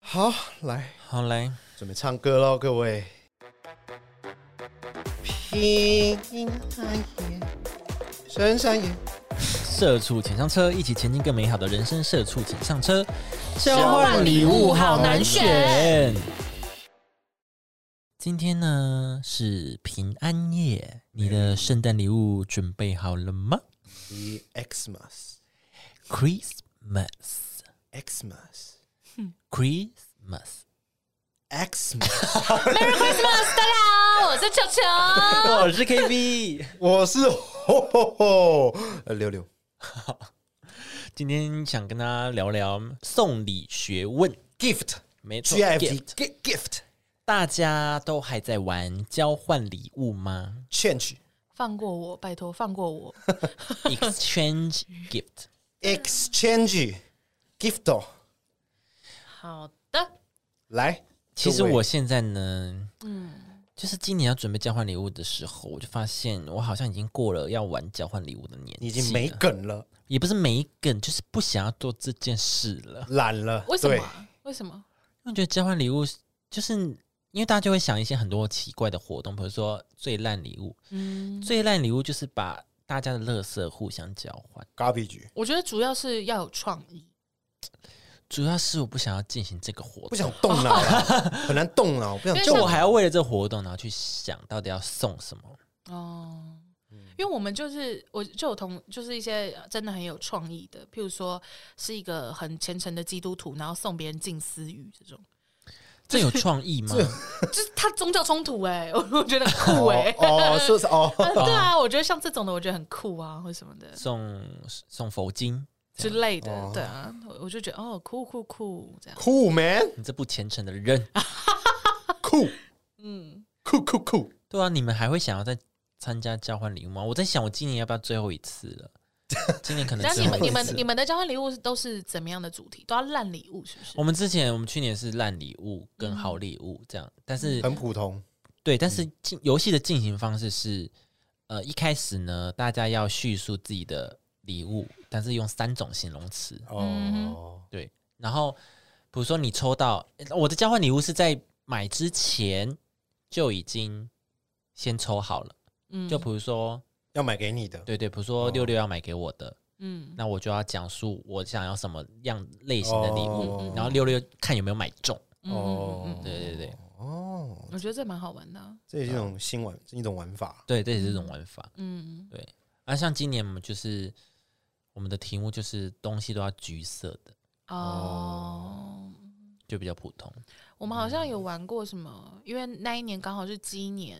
好，来好来，准备唱歌喽，各位。平安夜，深山夜，社畜请上车，一起前进更美好的人生。社畜请上车，交换礼物好难选。今天呢是平安夜，你的圣诞礼物准备好了吗 The Xmas，Xmas， ？Christmas，Christmas，Christmas。 Xmas， Merry Christmas，大家好，我是球球。我是 KB，我是吼吼吼呃六六，今天想跟大家聊聊送礼学问。 gift 没错 G I F T gift gi- gift 大家都还在玩交换礼物吗 change 放过我，拜托，放过我。 ？Exchange gift。 exchange gift 哦好的，来，其实各位我现在呢，嗯，就是今年要准备交换礼物的时候，我就发现我好像已经过了要玩交换礼物的年纪，你已经没，梗了，也不是没梗，就是不想要做这件事了。懒了，为什么对啊？为什么？因为我觉得交换礼物就是因为大家就会想一些很多奇怪的活动，比如说最烂礼物，嗯，最烂礼物就是把大家的垃圾互相交换。 garbage 我觉得主要是要有创意。主要是我不想要进行这个活动，不想动脑 了，很难动脑，不想因为就动我脑还要为了这个活动，然后去想到底要送什么。哦，因为我们就是我就有同就是一些真的很有创意的，譬如说是一个很虔诚的基督徒，然后送别人近思语这种， 这有创意 吗？就是他宗教冲突哎、 我我觉得很酷哎、哦，哦是不是哦？啊对啊，我觉得像这种的，我觉得很酷啊，或什么的送送佛经，之类的，哦对啊，我我就觉得哦，酷酷酷这样，酷 man，你这不虔诚的人。 酷嗯，酷酷酷，对啊，你们还会想要再参加交换礼物吗？我在想，我今年要不要最后一次了？今年可能那最你后一次们你们你们的交换礼物是都是怎么样的主题？都要烂礼物是不是？我们之前我们去年是烂礼物跟好礼物这样，但是很普通，对，但是进游戏的进行方式是，呃，一开始呢，大家要叙述自己的礼物，但是用三种形容词，嗯哦，对，然后比如说你抽到呃我的交换礼物是在买之前就已经先抽好了，嗯，就比如说，要买给你的，对对，比如说哦六六要买给我的，嗯那我就要讲述我想要什么样类型的礼物，哦然后六六看有没有买中。嗯嗯嗯嗯对对对哦，我觉得这蛮好玩的啊、这也是一种新玩，一种玩法，对，这也是这种玩法。嗯，啊，像今年我们就是我们的题目就是东西都要橘色的，哦，就比较普通。我们好像有玩过什么，因为那一年刚好是鸡年，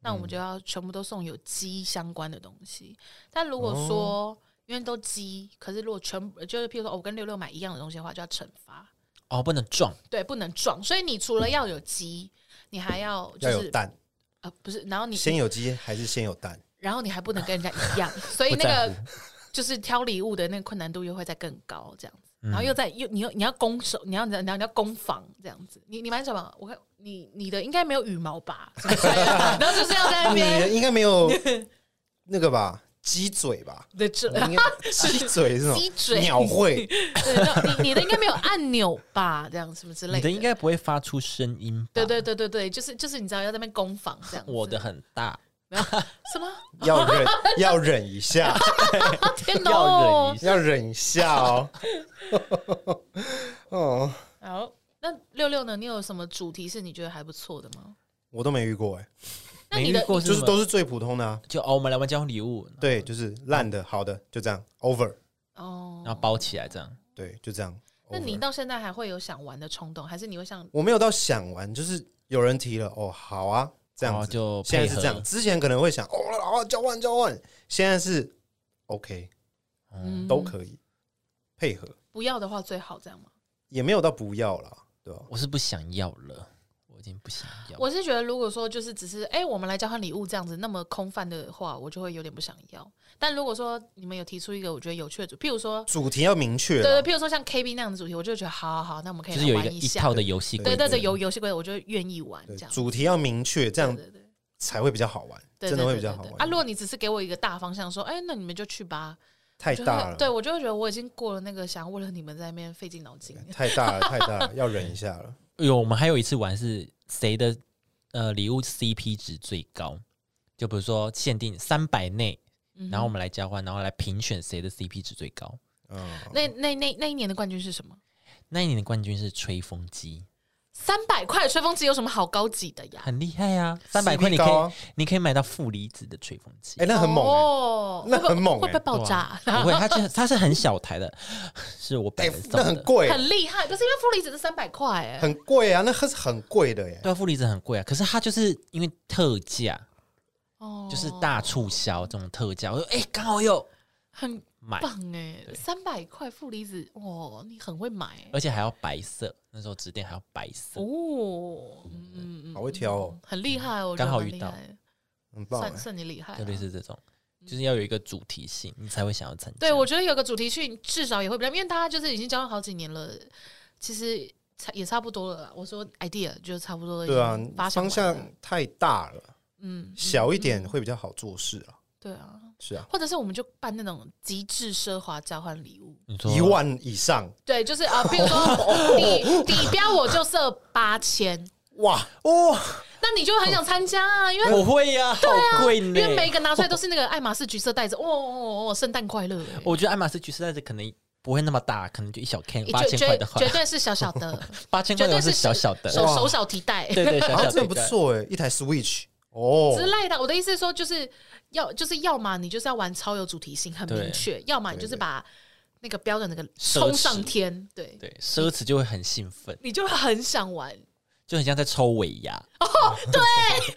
那我们就要全部都送有鸡相关的东西。但如果说、因为都鸡，可是如果全就是譬如说、哦我跟六六买一样的东西的话，就要惩罚，哦，不能撞，对，不能撞。所以你除了要有鸡，你还要就要有是蛋，呃不是，然后你先有鸡还是先有 蛋？然后你还不能跟人家一样，所以不那在个就是挑礼物的那个困难度又会再更高，这样子。嗯然后又在又你又你要攻守，你要你要你要你要攻防这样子。你你买什么？我看你你的应该没有羽毛吧？是不是然后就是要在那你边应该没 有那个吧？鸡嘴吧？的这应该鸡嘴是吗？鸡嘴鸟会 对，然后你你的应该没有按钮吧？这样什么之类你的应该不会发出声音吧？对对对对对，就是就是你知道要在那边攻防这样子。我的很大， 什么？要忍，要忍一下， 天要忍哪一！下。要忍一下 哦。哦，好，那六六呢？你有什么主题是你觉得还不错的吗？我都没遇过哎，那没你遇的过就是吗都是最普通的啊。就哦，我们来玩交换礼物，对，就是烂的、好的，就这样，over。哦，然后包起来这样。对，就这样。那你 over 到现在还会有想玩的冲动，还是你会想我没有到想完，就是有人提了，哦，好啊，这样然后子。哦就现在配是合这样，之前可能会想，哦，好啊，交换交换。现在是 OK，嗯，都可以、配合，不要的话最好这样吗？也没有到不要啦，对吧、我是不想要了，我已经不想要了。我是觉得，如果说就是只是哎、我们来交换礼物这样子那么空泛的话，我就会有点不想要。但如果说你们有提出一个我觉得有趣的主，譬如说，主题要明确对啦，对，譬如说像 KB 那样的主题，我就觉得好好好，那我们可以就是来有一玩个一一下。套的游戏规对则对对，有游戏规则，我就愿意玩对这样。主题要明确，这这样对对才会比较好玩，对，真的会对啊比较对好对玩。啊！如果你只是给我一个大方向，说哎、那你们就去吧，太就大会了，对我就会觉得我已经过了那个想要为了你们在那边费尽脑筋。太大了，太大了， 要忍一下了。有，我们还有一次玩是谁的呃礼物 CP 值最高，就比如说限定三百内，嗯哼然后我们来交换，然后来评选谁的 CP 值最高。 嗯，那那那那一年的冠军是什么？那一年的冠军是吹风机，三百块的吹风机有什么好高级的呀？很厉害啊！三百块 CP 你可以、高啊你可以买到负离子的吹风机，啊哎，那很猛欸，哦那很猛欸会不会爆炸？不会，它 就是它是很小台的，是我本哎人，送那的。很贵，很厉害，可是因为负离子是三百块哎，很贵啊，那是很贵的耶。对啊，负离子很贵啊，可是它就是因为特价，哦就是大促销这种特价，我说哎刚、好有很买，棒哎，对呃三百块负离子哦，你很会买欸而且还要白色，那时候指定还要白色，哦，嗯嗯嗯好会挑哦，很厉害哦，我觉得嗯刚好蛮遇厉到害很棒算欸，算你厉害啊特，别是这种，就是要有一个主题性，你才会想要参加。对我觉得有个主题去至少也会比较，因为大家就是已经交往好几年了，其实差也差不多了啦。我说 idea 就差不多了，对啊已经发，想方完了向太大了，嗯小一点会比较好做事啊。对啊，是啊，或者是我们就办那种极致奢华交换礼物，你说一万以上，对，就是啊，比如 说底底标我就设八千，哇，哦，那你就会很想参加啊，因为。我会呀、好贵啊因呢、为每一个拿出来都是那个爱马仕橘色袋子，哦哦哦，圣诞快乐！欸我觉得爱马仕橘色袋子可能不会那么大，可能就一小 can 八绝千块的绝话绝，对是小小的， 八千绝块的话对是小小手的，哇手手小提袋对对，小然后小真的的不错哎，一台 Switch 哦之，类的。我的意思是说，就是要就是要么你就是要玩超有主题性，很明确；要么你就是把那个标准那个冲上天，对，对，奢侈就会很兴奋，你就很想玩，就很像在抽尾牙，哦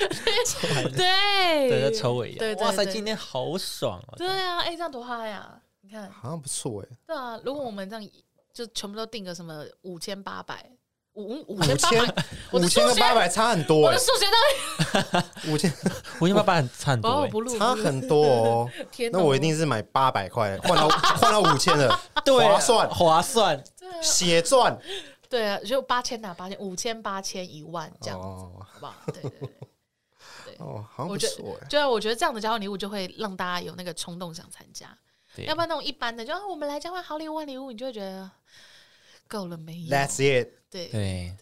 对，对，在抽尾牙，对对哇塞，对今天好爽哦、对啊，哎、这样多嗨呀！你看，好像不错哎，对啊，如果我们这样就全部都定个什么五千八百五五五千八千百，我五的千数跟学八百差很多我哎的，数学到底五 千我先把把很差很多、哦，我欸，不录，差很多哦。天哪，那我一定是买八百块，换到 换到五千的，啊对，啊划算，划算，对啊血赚。对啊，就八千拿八千，五千八千一万这样子，哦好 不好？对对对。哦，好像我不觉错得，哎。对啊，我觉得这样的交换礼物就会让大家有那个冲动想参加，对要不然那种一般的，就、啊、我们来交换好礼物、坏礼物，你就会觉得够了没有 That's it。对，对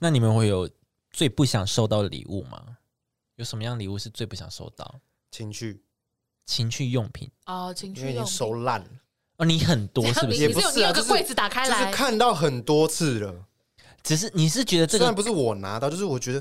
那你们会有最不想收到的礼物吗？有什么样的礼物是最不想收到？情趣，情趣用品哦，情因为趣已经用收品。烂了，哦，你很多这是不样 你是？也你不是有是你啊有个就是柜子打开就来是，看到很多次了。只是你是觉得这虽然个不是我拿到，就是我觉得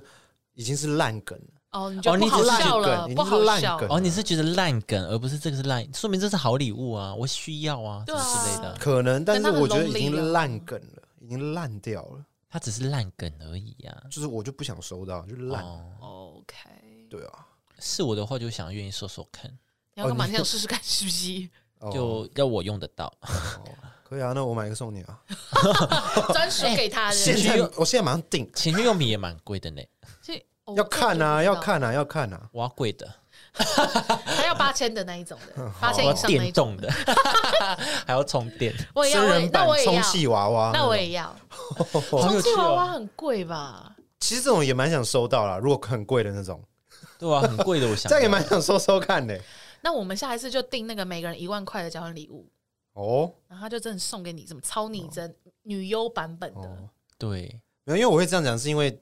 已经是烂梗了。哦，你就哦不你好只是笑梗了，已经不是好烂笑梗，哦，你是觉得烂梗，而不是这个是烂，说明这是好礼物啊，我需要啊，这对啊之类的。可能，但是但它很我觉得已 lonely 经了烂梗了，已经烂掉了，它只是烂梗而已啊。就是我就不想收到，就烂。哦， OK，对啊，是我的话就想愿意说说看，你要干哦嘛？你你想试 试看是不是？哦就要我用得到。可以啊，那我买一个送你 啊。专属给他的，现 在我现在马上订，情趣用品也蛮贵的呢，所以哦要看啊，我这个要不知道看啊，要看啊。我要贵的，还要八千的那一种嗯的，八我千啊要以上那一电动种，的， 还要充电，我也要，真我人也那版我也充要，气娃娃，那我也要，好有充趣气娃哦娃。很贵吧？其实这种也蛮想收到啦，如果很贵的那种，对啊，很贵的，我想这样也要蛮想收收看的、那我们下一次就定那个每个人一万块的交换礼物，哦然后他就真的送给你什么超拟真女优版本的哦，对。没有，因为我会这样讲，是因为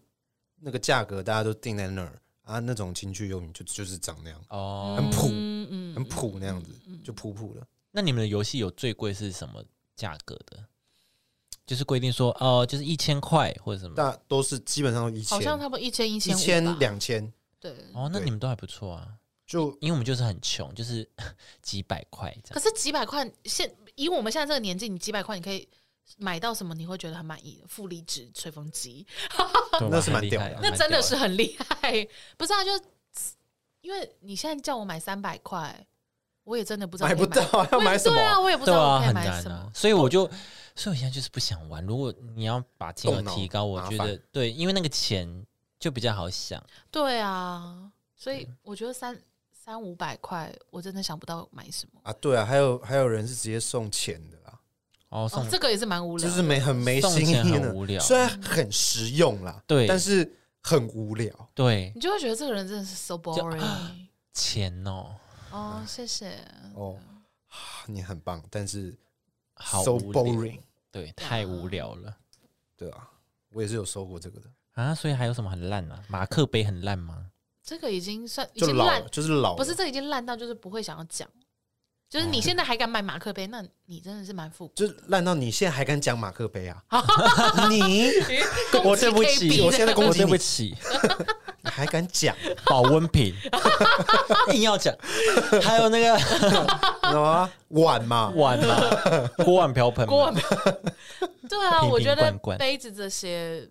那个价格大家都定在那儿啊，那种情趣用品就就是长那样，哦，很普嗯嗯很普那样子，嗯就普普的。那你们的游戏有最贵是什么价格的？就是规定说，哦、就是一千块或者什么。大都是基本上都一千好，像差不多一千一一千千两千，对。哦，那对你们都还不错啊，就因为我们就是很穷，就是 几百块这可样。是几百块，现以我们现在这个年纪，你几百块你可以买到什么？你会觉得很满意的？负离子吹风机，对那是蛮蛮屌厉害的啊那真的是蛮屌很厉害。不是啊，就因为你现在叫我买三百块，我也真的不知道买不可以到，要我也买什么？对啊，我也不知对道啊，我可以很买难什啊么。。所以我就，所以我现在就是不想玩。如果你要把金额动脑提高，我麻觉得对，因为那个钱就比较好想。对啊，所以我觉得三三五百块，我真的想不到买什么。啊，对啊，还有还有人是直接送钱的啦，哦，送、哦，这个也是蛮无聊就的，是没很没送新意钱的很，无聊。虽然很实用啦，对但是很无聊。对你就会觉得啊这个人真的是 so boring。钱哦，哦，谢谢。哦，啊你很棒，但是好 so 无聊 boring，对，太无聊了对啊，我也是有收过这个的，啊！所以还有什么很烂啊？马克杯很烂吗？这个已经算已就经老烂了，，就是老了，不是这个已经烂到就是不会想要讲，就是哦你现在还敢买马克杯， 那你真的是 蛮 复古。就是烂到你现在还敢讲马克杯 啊？你我对不攻击 KB 起，的我 现在攻我击对你不起，你还敢讲？保温瓶 硬要讲，还有那个你知道吗？碗嘛，碗嘛，锅碗瓢盆嘛，锅碗 瓢对啊，瓶瓶我觉得罐罐杯子这些，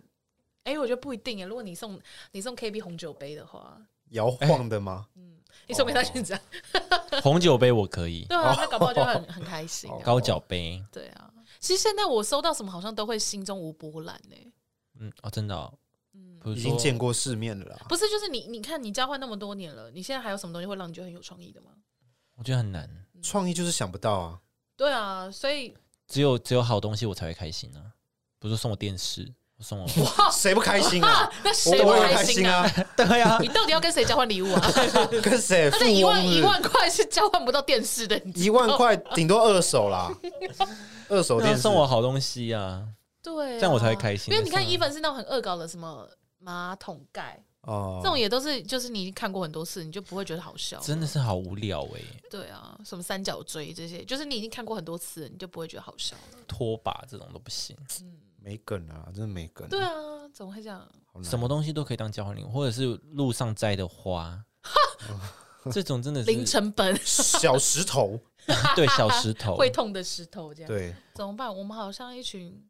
哎、我觉得不一定哎。如果你送你送 KB 红酒杯的话，摇晃的吗？哎你哦送给 他就是这样，红酒杯我可以，对啊，他搞不好就哦很很开心、啊。高脚杯，对啊，其实现在我收到什么好像都会心中无波澜呢、嗯哦，真的哦，嗯比如已说经见过世面了啦。不是，就是你你看你交换那么多年了，你现在还有什么东西会让你觉得很有创意的吗？我觉得很难，创意就是想不到啊，对啊，所以只有只有好东西我才会开心呢。比如说送我电视，我送我，谁不开心啊？那我谁不我也开开心心啊？啊， 对啊，你到底要跟谁交换礼物啊？跟 谁？而富且一翁万一是万块是交换不到电视的，你知一万块，顶多二手啦，二手那店送我好东西啊，对、啊，这样我才会开心因为你看，算了伊凡是那种很恶搞的，什么马桶盖、哦这种也都是，就是你已经看过很多次，你就不会觉得好笑。真的是好无聊哎、对啊，什么三角锥这些，就是你已经看过很多次，你就不会觉得 好笑了。拖把这种都不行，没梗啊，真的没梗。对啊，怎么会这样？好难什嗯么东西都可以当交换礼物，或者是路上摘的花， 这种真的零是成本小石 头？对小石头。会痛的石头，这样对，怎么办？我们好像一群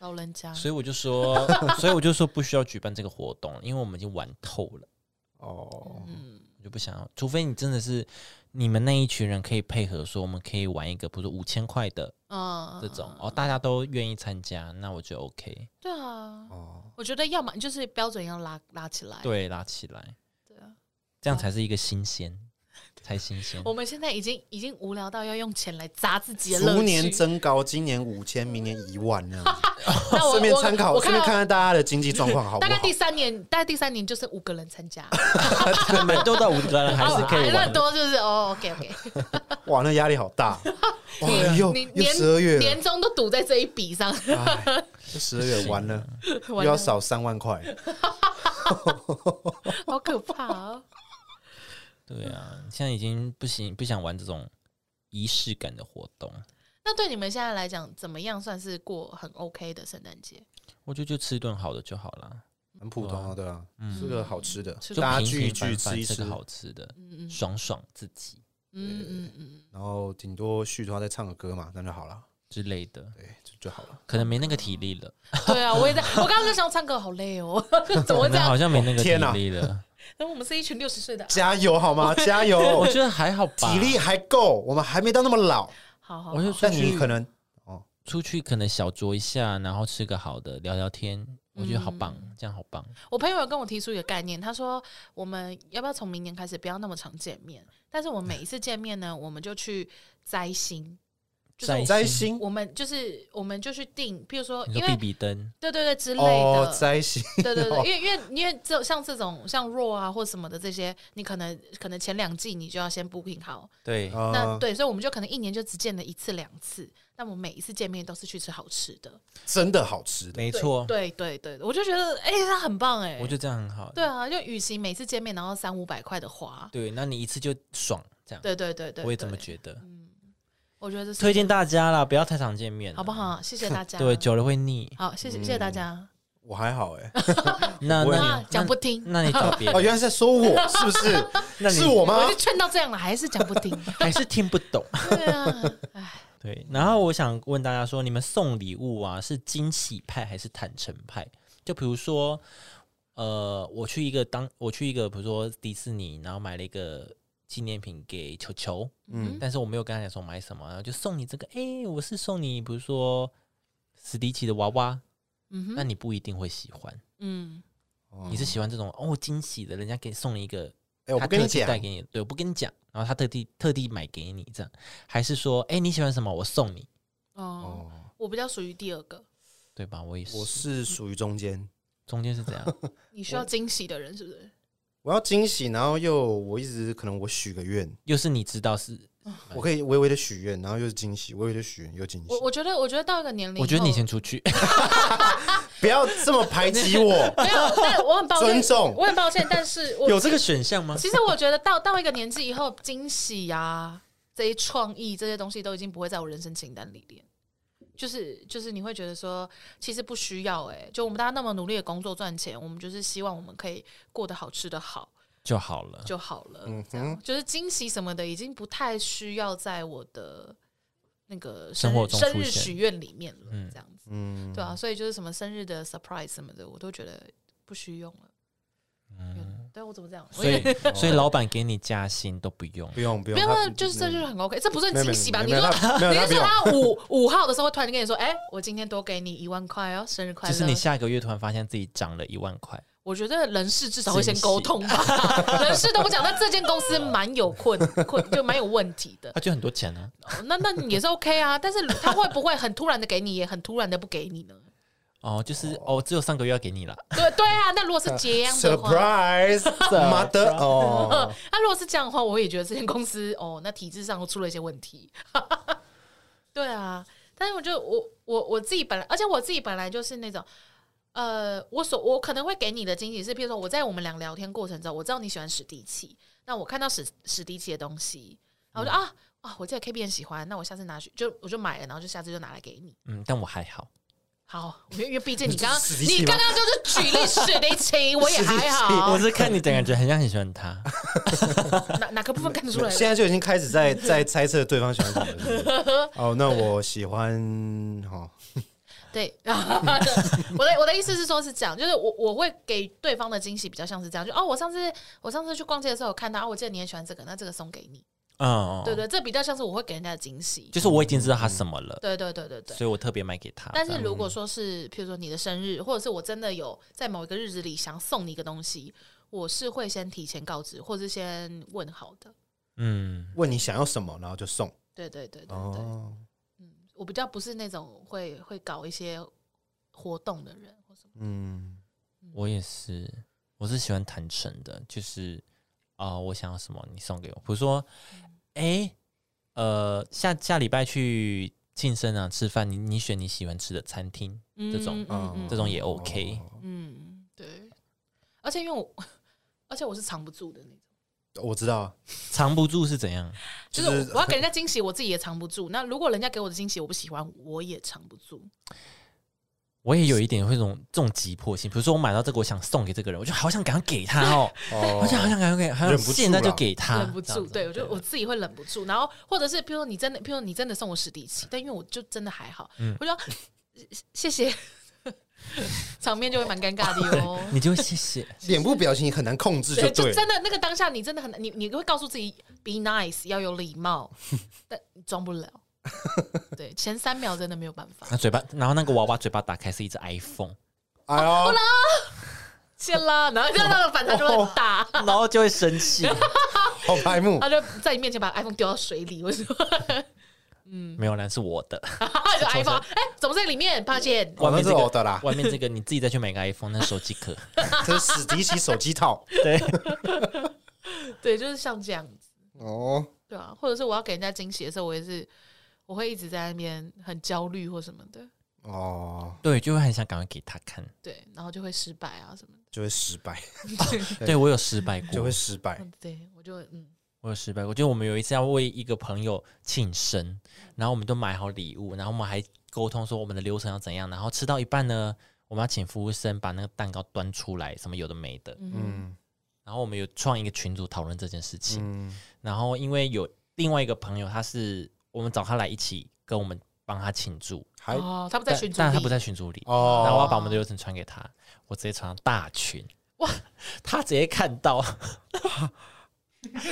老人家，所以我就说， 所以我就说不需要举办这个活动，因为我们已经玩透了，哦，嗯，我就不想要。除非你真的是你们那一群人可以配合，说我们可以玩一个，比如说五千块的啊这种、哦，大家都愿意参加，那我就 OK。对啊，哦，我觉得要么就是标准要拉拉起来，对，拉起来，对啊。这样才是一个新鲜，才新 鲜。我们现在已经已经无聊到要用钱来砸自己的乐趣。逐年增高，今年五千，明年一万那样子。 那我 顺便我参考，我顺看便到看看大家的经济状况好不大概第好？三年，大概第三年就是五个人参加，你们都到五个 人还是可以那玩，多就是哦，OK OK， 哇，那压力好大。哇，又 你又十二月年了，年终都赌在这一 笔上，哎，十二月完了，又完要了，少三万块。好可怕哦！ 对啊，嗯现在已经不行，不想玩这种仪式感的活动。那对你们现在来讲，怎么样算是过很 OK 的圣诞节？我就就吃一顿好的就好啦，很普通啊，对啊，吃个好吃的，吃嗯就个大家平聚一平聚，凡吃凡一吃吃个，好吃的，嗯嗯爽爽自己 嗯嗯嗯，然后顶多续托再唱个歌嘛，那就好了，之类嗯的，对，就就好了。 可能没那个体力了，对啊，我也在，我刚刚就想唱歌，好累哦， 怎可么会这能样好？像没 那个体天哪力了。那我们是一群六十岁的，加油好吗？ 加 我油，觉得还好 吧，体力还够，我们还没到那么 老，好好我，就出但你去可能出去可能小酌一下，然后吃个好的，聊聊天，我觉得好棒，嗯这样好棒。我朋友有跟我提出一个概念，他说我们要不要从明年开始不要那么常见面？但是我们每一次见面呢，我们就去摘星，就是摘摘星我们就是我们就去定，譬如说，你因说为比比灯，对对对之类哦，的，摘 星对对对哦，因为因为因为这像这种像 RAW 啊或什么的这些，你可能可能前两季你就要先 booking 好，对那啊，对，所以我们就可能一年就只见了一次两次，那我每一次见面都是去吃好吃的，真的好吃的，没对错，对对对，我就觉得哎，他很棒哎，我觉得这样很好。对啊，就与其每次见面然后三五百块的花，对，那你一次就爽，这样对对对对，嗯我也这么得。觉得。我觉得这是推荐大家啦，不要太常见面，好不？好？谢谢大家。 对，嗯久了会腻。好，谢谢谢谢大家。我还好哎，那不会那那嗯讲不听，那你找别 哦，人，原来是在说 我是不是？是我吗我？就劝到这样了，还是讲不听。 还是听不懂。对啊，哎，对，然后我想问大家说，你们送礼物啊，是惊喜派还是坦诚派？就比如说，呃，我去一个当我去一个，比如说迪士尼，然后买了一个纪念品给球球，嗯但是我没有跟他讲说我买什么，然后就送你这个，诶，我是送你，比如说史迪奇的娃娃，嗯那哼，你不一定会喜欢，嗯，哦你是喜欢这种哦惊喜的，人家给送了一个哎，我他不跟特你地讲带，给你，对，我不跟你讲，然后他特地特地买给你这样，还是说，哎、你喜欢什么，我送你，哦，哦，我比较属于第二个，对吧？我也是，我 是属于中间，中间是怎样？你需要惊喜的人是不是？我要惊喜，然后又我一直可能我许个愿，又是你知道是我可以微微的许愿，然后又是惊喜，微微的许愿又惊喜我，我觉得，我觉得到一个年龄后，。我觉得你先出去，不要这么排挤我没有，但我很 抱歉，尊重我很抱歉，但是 我有这个选项吗？其实我觉得到到一个年纪以后，惊喜呀、这些创意这些东西都已经不会在我人生清单里面。就是就是你会觉得说，其实不需要哎、就我们大家那么努力的工作赚钱，我们就是希望我们可以过得好、吃得好就好了。就好了。嗯这哼样， 就是惊喜什么的，已经不太需要在我的那个生日活中生出日现许愿里面了。嗯这样子，嗯，对啊，所以就是什么生日的 surprise 什么的，我都觉得不需用了。嗯，对我怎么这样？所以，所以老板给你加薪都不用不，用不用，没有，他那就是这就是很 OK，这不算没有惊喜吧？你没有说 没有他没有你他是不说用，他五五号的时候会突然跟你说，哎、我今天多给你一万块哦，生日快就乐。是你下个月突然发现自己涨了一万块，我觉得人事至少会先沟通吧， 人事都不讲，那这间公司蛮有困困，就蛮有问题 的。他就很多钱啊。哦那那也是 OK 啊，但是他会不会很突然的给你，也很突然的不给你呢？哦，就是哦，只有上个月要给你了。对对啊，那如果是这样 的话。 surprise，mother 啊哦，那、如果是这样的话，我也觉得这间公司哦，那体制上出了一些问题。 对啊，但是我就我我我自己本来，而且我自己本来就是那种，呃，我所我可能会给你的惊喜是，譬如说我在我们俩聊天过程中，我知道你喜欢史迪奇，那我看到史史迪奇的东西，然嗯后我就、啊啊，我这个 K B 很喜欢，那我下次拿去就我就买了，然后就下次就拿来给你。嗯，但我还好。好，因为因为 毕竟你刚刚史迪奇你吗刚刚就是举例史迪奇，我也还好 我，是看你的感觉很像很喜欢他，哪哪个部分看得出来？现在就已经开始在在猜测对方喜欢什么了是不是。 哦，那我喜欢哦，对， 我的我的意思是说，是这样，就是我我会给对方的惊喜比较像是这样，就哦，我上次我上次去逛街的时候有看到，哦，我记得你也喜欢这个，那这个送给你，嗯，对，对，这比较像是我会给人家的惊喜，就是啊我已经知道他什么了，对对对对对。所以我特别买给他。但这是样如果说是，譬如说你的生日，或者是我真的有在某一个日子里想送你一个东西，我是会先提前告知，或是先问好的。嗯，问你想要什么，然后就送对对对对对，哦，我比较不是那种会会搞一些活动的人，或什么。嗯，我也是，我是喜欢坦诚的，就是啊、呃我想要什么你送给我，比如说，哎、呃，下下礼拜去庆生啊吃饭，你你选你喜欢吃的餐厅，这种哦嗯嗯嗯这种也哦 OK 嗯，对。而且因为我， 而且我是藏不住的那种，我知道啊，藏不住是怎样？就就是是我我要给人家惊喜，我自己也藏不住。那如果人家给我的惊喜我不喜欢，我也藏不住。我也有一点会这种这种急迫性，比如说我买到这个，我想送给这个人，我就好想赶快给他哦，哦我就好想赶快给他，好想忍不住现在就啦给他，忍不啊这样住，子对我就我自己会忍不住，然后或者是譬如说你真的，譬如说你真的送我史迪奇，但因为我就真的还好，我就说谢谢， 场面就会蛮尴尬的哟。你就会谢谢。脸部表情很难控制，就就对了真的那个当下，你真的很难，你你会告诉自己 be nice 要有礼貌，但你装不了。对，前三秒真的没有办法。那嘴巴，然后那个娃娃嘴巴打开是一只 iPhone，哎呦，谢啦，然后就那个反弹就很大，然后就会生 气。好白目他，就在你面前把 iPhone 丢到水里，我说没有啦，是我的，就 iPhone，哎，怎么在里面？抱歉，哦外面那是这我个的啦外面这个你自己再去买个 iPhone，那手机壳。这是史迪奇手机套对，对，就是像这样子，哦，对啊，或者是我要给人家惊喜的时候，我也是，我会一直在那边很焦虑或什么的，哦，对，就会很想赶快给他看。对，然后就会失败啊什么的，就会失败，对对我有失败就过会，失败，哎嗯对我就嗯，我有失败过。就我们有一次要为一个朋友庆生，然后我们都买好礼物，然后我们还沟通说我们的流程要怎样，然后吃到一半呢，我们要请服务生把那个蛋糕端出来，什么有的没的。嗯然后我们有创一个群组讨论这件事情。嗯然后因为有另外一个朋友，他是我们找他来一起跟我们帮他庆祝，还哦，他不在哎但群组里，但他不在群组里，哦然后我要把我们的流程传给他，我直接传到大群，哇，他直接看 到，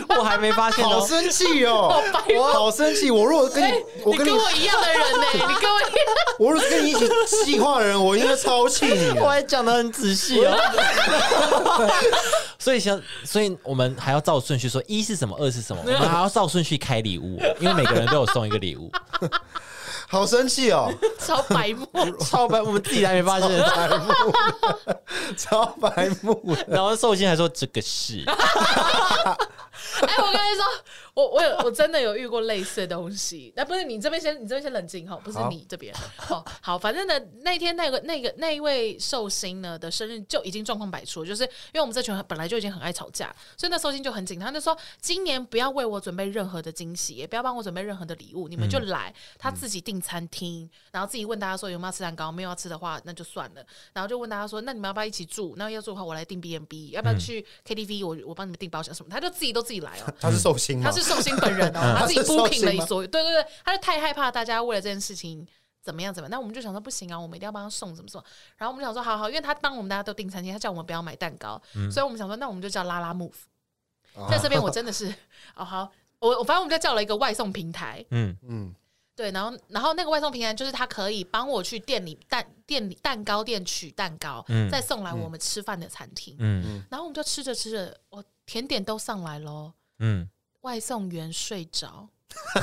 我还没发现好 哦，生气哦！我好生气！我如果跟你，我哎你跟你跟，我一样的人呢、你跟我一样，我如果跟你一起计划的人，我应该超气 你我的。还讲的很仔细哦。 所以像，所以我们还要照顺序说，一是什么，二是什么，我们还要照顺序开礼物，因为每个人都有送一个礼 物。好生气哦！ 超白目， 超白，我们自己还没发现。超白目。 然后寿星还说这个 是，哎，我跟你说，我我有我真的有遇过类似的东西。 那不是你这边先，你这边先冷静哈，不是好你这边哦。好，反正呢，那天那个那个那一位寿星呢的生日就已经状况百出，就是因为我们这群人本来就已经很爱吵架，所以那寿星就很紧，他就说今年不要为我准备任何的惊喜，也不要帮我准备任何的礼物，你们就来，他自己订餐厅，然后自己问大家说有没有吃蛋糕，没有要吃的话那就算了，然后就问大家说那你们要不要一起住？那要住的话我来订 B N B，要不要去 K T V？我我帮你们订包厢什么，他就自己都自己来哦。他是寿星吗？他是寿星本人哦，他自己他是寿 booking 星吗了所有，对对对，他就太害怕大家为了这件事情怎么样怎么样，那我们就想说不行啊，我们一定要帮他送什么什么，然后我们就想说好好，因为他当我们大家都订餐厅，他叫我们不要买蛋糕，所以我们想说那我们就叫拉拉 move，在这边我真的是 哦好，我我反正我们就叫了一个外送平台，嗯，嗯，对，然后然后那个外送平台就是他可以帮我去店里蛋店里蛋糕店取蛋糕，嗯再送来我们吃饭的餐厅，嗯然后我们就吃着吃着，我甜点都上来喽。嗯，外送员睡着，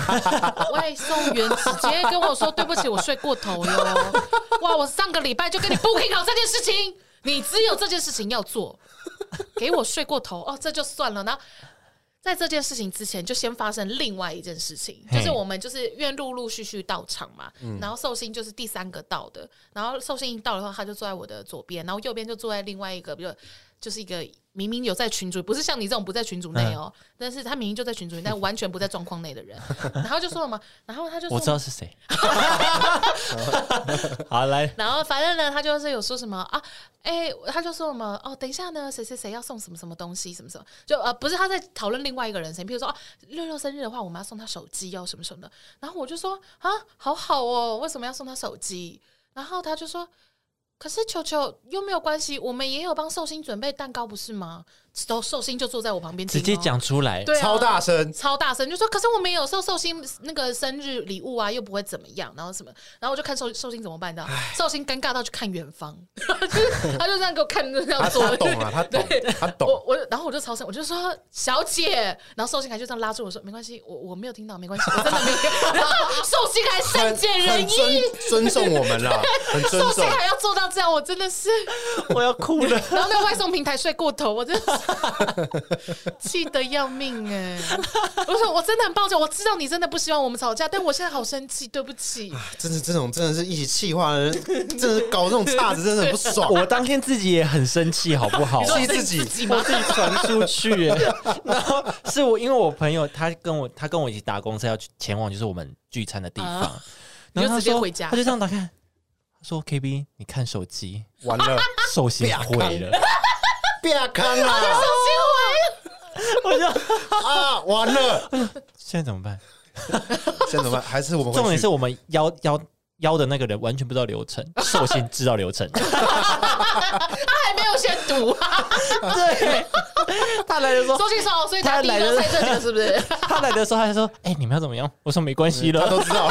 外送员直接跟我说：“对不起，我睡过头哟。”哇，我上个礼拜就跟你 booking 好这件事情，你只有这件事情要做，给我睡过头哦，这就算了。然后在这件事情之前，就先发生另外一件事情，嘿就是我们就是因为陆陆续续到场嘛，然后寿星就是第三个到的，然后寿星一到的话，他就坐在我的左边，然后右边就坐在另外一个，比如就是一个明明有在群组，不是像你这种不在群组内哦，但是他明明就在群组内，但完全不在状况内的人，然后就说了嘛，然后他就说我知道是谁。 好来，然后反正呢，他就是有说什么啊，哎、他就说什么哦，等一下呢，谁谁谁要送什么什么东西，什么什么，就呃不是他在讨论另外一个人谁，比如说哦，六六生日的话，我们要送他手机哦，什么什么的。然后我就说啊，好好哦，为什么要送他手机？然后他就说。可是球球又没有关系，我们也有帮寿星准备蛋糕，不是吗？寿寿星就坐在我旁边、哦直接，讲出来，对、啊，超大声，超大声，就说：“可是我们也有收寿星那个生日礼物啊，又不会怎么样。”然后什么，然后我就看寿寿星怎么办，你知道？寿星尴尬到去看远方， 就是他就这样给我看，就这他样 做。他懂啊，他懂，他懂。我我，然后我就超生，我就说小姐，然后寿星还就这样拉住我说：“没关系，我我没有听到，没关系，我真的没有。” 然后寿星还善很解很人尊意，尊重我们啦，很尊寿 重星。还要做到这样，我真的是。我要哭了。然后那个外送平台睡过头，我真的是 气得要命哎、我说我真的很抱歉，我知道你真的不希望我们吵架，但我现在好生气，对不起。 啊真的，这种真的是一起气化的人， 真的是搞这种岔子，真的很不爽。 我当天自己也很生气，好不 好？你说气自己我自己传出去耶。 然后是我，因为我朋友他跟我，他跟我一起搭公车要去前往就是我们聚餐的地方，啊然后他你就直接说回家他就这样打开，他说：“KB，你看手机，完了，手心毁了。不要看啦 我就啊，完了，现在怎么办？现在怎么办？还是我们回去重点是我们邀邀邀的那个人完全不知道流 程，寿星知道流程，他还没有先读啊，对，他来的时候，周星说，哦所以他第一个猜对了，是不是？他来的时候他还说：“哎、你们要怎么样？”我说：“没关系他了。都知 道，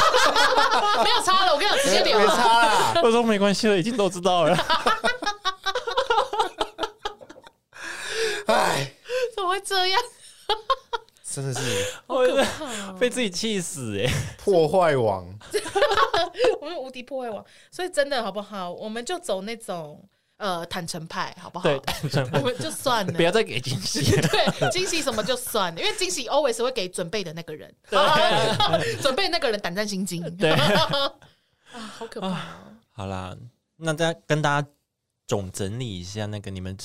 没有差了，我跟你讲，直接没聊了。差啦。”我说：“没关系了，已经都知道了。”哎， 怎么会这样？真的是 我真的被自己气死哎、破坏王，我们无敌破坏王，所以真的好不好？我们就走那种呃坦诚派，好不好？对，真我的们就算 了不。要再给惊喜。 对，惊喜什么就算了，因为惊喜 always 会给准备的那个人， 准备那个人胆战心惊。对啊，好可怕、哦！好啦，那再跟大家总整理一下，那个你们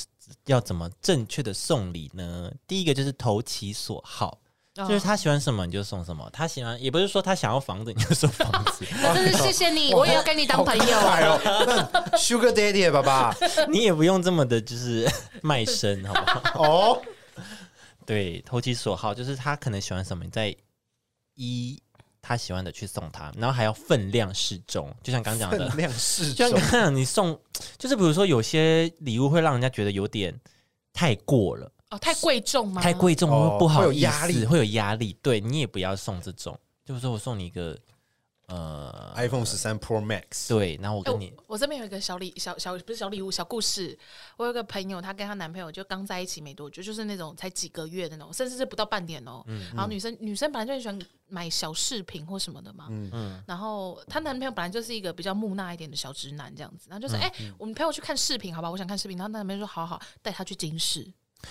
要怎么正确的送礼呢？第一个就是投其所好。就是他喜欢什么你就送什么，他喜欢也不是说他想要房子你就送房 子，那真是谢谢你，我也要跟你当朋友。哎呦那，Sugar Daddy 爸爸你也不用这么的就是 卖身，好不好？哦，对，投其所好，就是他可能喜欢什么，你再依他喜欢的去送他，然后还要分量适中，就像刚讲的分，量适就中像，刚刚你送，就是比如说有些礼物会让人家觉得有点太过了，哦，太贵重吗？太。贵重哦会不好会有意思，压力会有压力。对你也不要送这种，就是说我送你一个，呃， iPhone 十三 Pro Max，对，然后我哎跟我你，哦我这边有一个小礼小小不是小礼物小故事，我有一个朋友，她跟她男朋友就刚在一起没多久，就是那种才几个月的那种，甚至是不到半年哦、嗯然后女生女生本来就很喜欢买小饰品或什么的嘛，嗯然后她男朋友本来就是一个比较木讷一点的小直男这样子，嗯然后就说：“哎、我们陪我去看饰品，好吧？我想看饰品。”然后她男朋友说：“好好，带她去金饰。”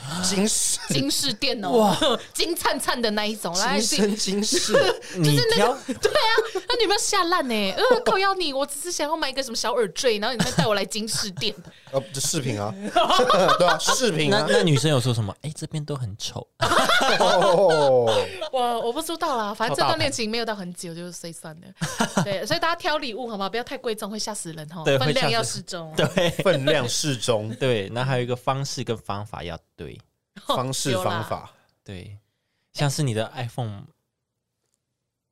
啊金饰，金饰店哦， 金灿灿的那一种，来金金身金 饰，你 挑，对啊，那女朋友吓烂呢？呃，靠腰你，我只是想要买一个什么小耳坠，然后你再带我来金饰店，呃，这饰品 啊，对啊，饰品那啊，那女生有说什么？哎，这边都很丑， 哦，我我不知道啦，反正这段恋情没有到很久，就是碎算了。对，所以大家挑礼物好吗？不要太贵重，会吓死人哈。对分会吓死量要人适中。对分量适中，对，那还有一个方式跟方法要对方式丢啦方法，对，像是你的 iPhone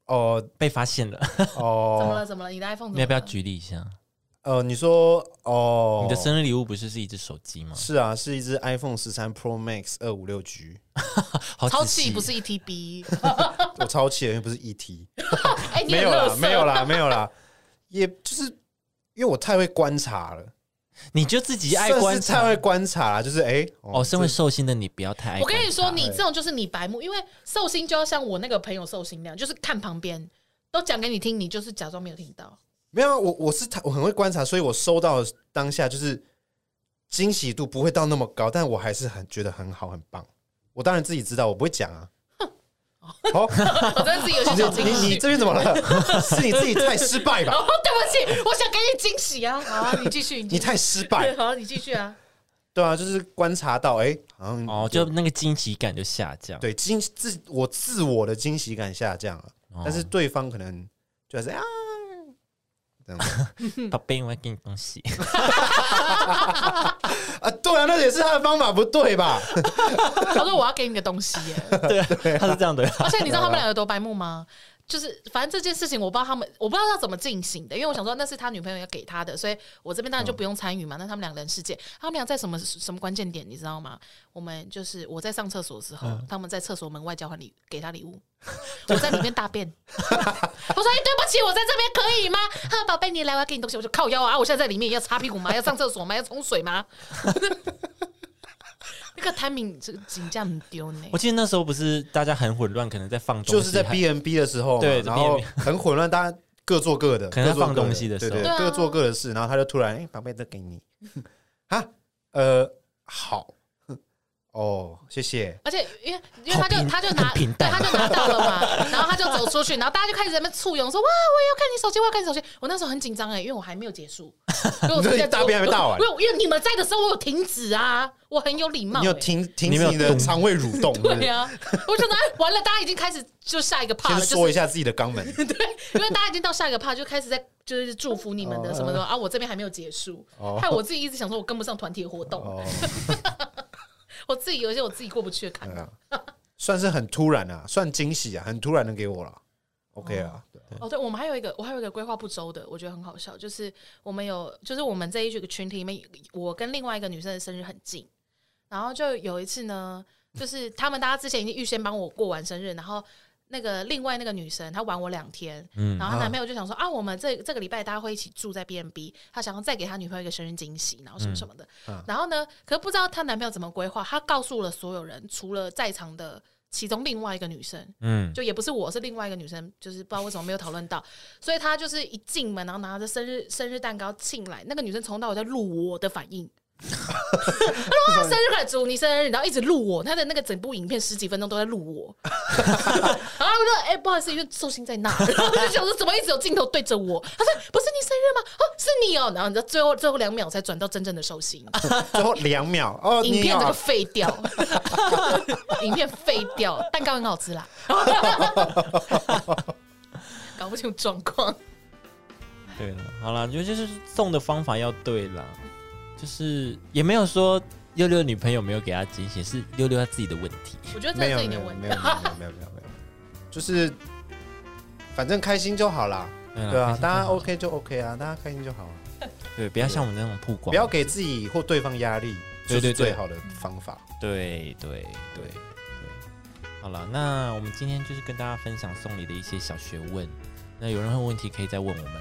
哦被发现了，怎么哦了？怎么了？你的 iPhone 怎你么要不要了举例一下？呃，你说哦，你的生日礼物不是是一只手机吗？是啊，是一只 iPhone 十三 Pro Max 二五六 G，好超仔气细不是 ETB？我超气的，又不是 ET，哎，哦你没有啦，没有了。啦，没有啦，也就是因为我太会观察了，你就自己爱算是观察太会观察啦，就是哎，哦。身为这寿星的你，不要太爱我跟你观察说，你这种就是你白目，因为寿星就要像我那个朋友寿星那样，就是看旁边都讲给你听，你就是假装没有听到。没有啊，我我是太我很会观察，所以我收到的当下就是惊喜度不会到那么高，但我还是很觉得很好很棒。我当然自己知道，我不会讲啊。好、我真的自己有些小你惊你你喜。这边怎么 了？是你自己太失败哦吧？，对不起，我想给你惊喜啊！好，你继续，你你继续太失败，好，你继续啊。对啊，就是观察到，哎、好像哦，就那个惊喜感就下降。对惊自我自我的惊喜感下降了，哦，但是对方可能就是啊，这样子宝贝，我要给你 东西。啊，对啊，那也是他的方法不对 吧？他说我要给你个东西耶，对啊，他是这样的。 而且你知道他们两个多白目吗？就是反正这件事情我不知道他们，我不知道要怎么进行的，因为我想说那是他女朋友要给他的，所以我这边当然就不用参与嘛。那他们两个人世界，他们俩在什么什么关键点，你知道吗？我们就是我在上厕所的时候，他们在厕所门外交换礼给他礼物， 我在里面大便，我说哎、对不起，我在这边可以吗？哈宝贝你来，我要给你东西，我就靠腰啊，我现在在里面要擦屁股吗？要上厕所吗？要冲水吗？那个 timing 这个紧张很丢呢。我记得那时候不是大家很混乱，可能在放东西，就是在还 B N B 的时候嘛，对然后 B&B 很混乱，大家各做各的，可能各做各放东西的时对对，候对啊各做各的事，然后他就突然，哎，宝贝，这给你， 啊，呃，好， 哦，谢谢，而且因为因为他好就平他就拿很平对淡他就拿到了嘛， 然后他就走出去，然后大家就开始在那边簇拥说哇我也要看你手机，我要看你手机。我那时候很紧张哎，因为我还没有 结束，因为我你说你大便还没大完因为我因为你们在的时候我有停止啊，我很有礼貌、你有欸。停停你止没有你的动肠胃蠕 动，是不对是呀、我想说哎完了，大家已经开始就下一个怕先了，就说是一下自己的肛门，因为大家已经到下一个怕，就开始在就是祝福你们的什么的啊，我这边还没有结束，哦害我自己一直想说我跟不上团体活动，哦，我自己有一些我自己过不去的坎对。啊，算是很突然啊，算惊喜啊，很突然的给我了，OK 啊，对哦，对，我们还有一个，我还有一个规划不周的，我觉得很好笑，就是我们有，就是我们这一群群体里面，我跟另外一个女生的生日很近，然后就有一次呢，就是他们大家之前已经预先帮我过完生日，然后那个另外那个女生她玩我两天，然后她男朋友就想说啊，我们这这个礼拜大家会一起住在 B N B，他想要再给他女朋友一个生日惊喜，然后什么什么的，然后呢，可是不知道她男朋友怎么规划，她告诉了所有人，除了在场的其中另外一个女生，嗯，就也不是我，是另外一个女生，就是不知道为什么没有讨论到，所以她就是一进门，然后拿着生日生日蛋糕进来，那个女生从头到尾在录我的反应。她说啊生日快乐，祝你生日，然后一直录我，她的那个整部影片十几分钟都在录我。然后我就说，哎、不好意思，因为寿星在那，然后我就想说，怎么一直有镜头对着我？她说，不是你生日吗？哦，是你哦。然后你知道最后最后两秒才转到真正的寿星，最后两秒哦，影你片这好个废 掉，影片废掉，蛋糕很 好吃啦，搞不清楚状况。对了，好啦，就就是送的方法要对啦，就是也没有说六六女朋友没有给他惊喜，是六六他自己的问题。我觉得没这有是没你有没有的问没有没题有。没有没有，就是反正开心就好啦。嗯对啊，大家 OK 就 OK 啊，大家开心就好啊，对，不要像我们那种曝光，不要给自己或对方压力，这是对对对最好的方法。对对对对，好了，那我们今天就是跟大家分享送礼的一些小学问，那有任何问题可以再问我们。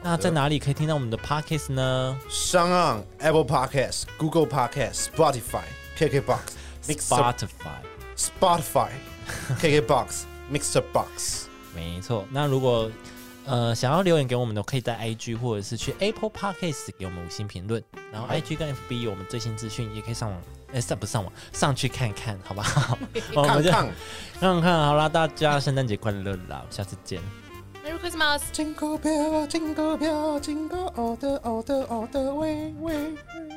那在哪里可以听到我们的 podcast 呢？上岸 Apple Podcast、Google Podcast、Spotify、KKBox、Mixer、 Spotify， Spotify、KKBox、Mixer Box。没错。那如果呃想要留言给我们的，可以在 IG 或者是去 Apple Podcast 给我们五星评论，然后 IG 跟 FB 有我们最新资讯，也可以上网，哎、上不上网上去看看，好不好？我看们就看看看好啦，大家圣诞节快乐啦，下次见。 Merry Christmas。金股票，金股票，金股哦的哦的哦的喂喂喂。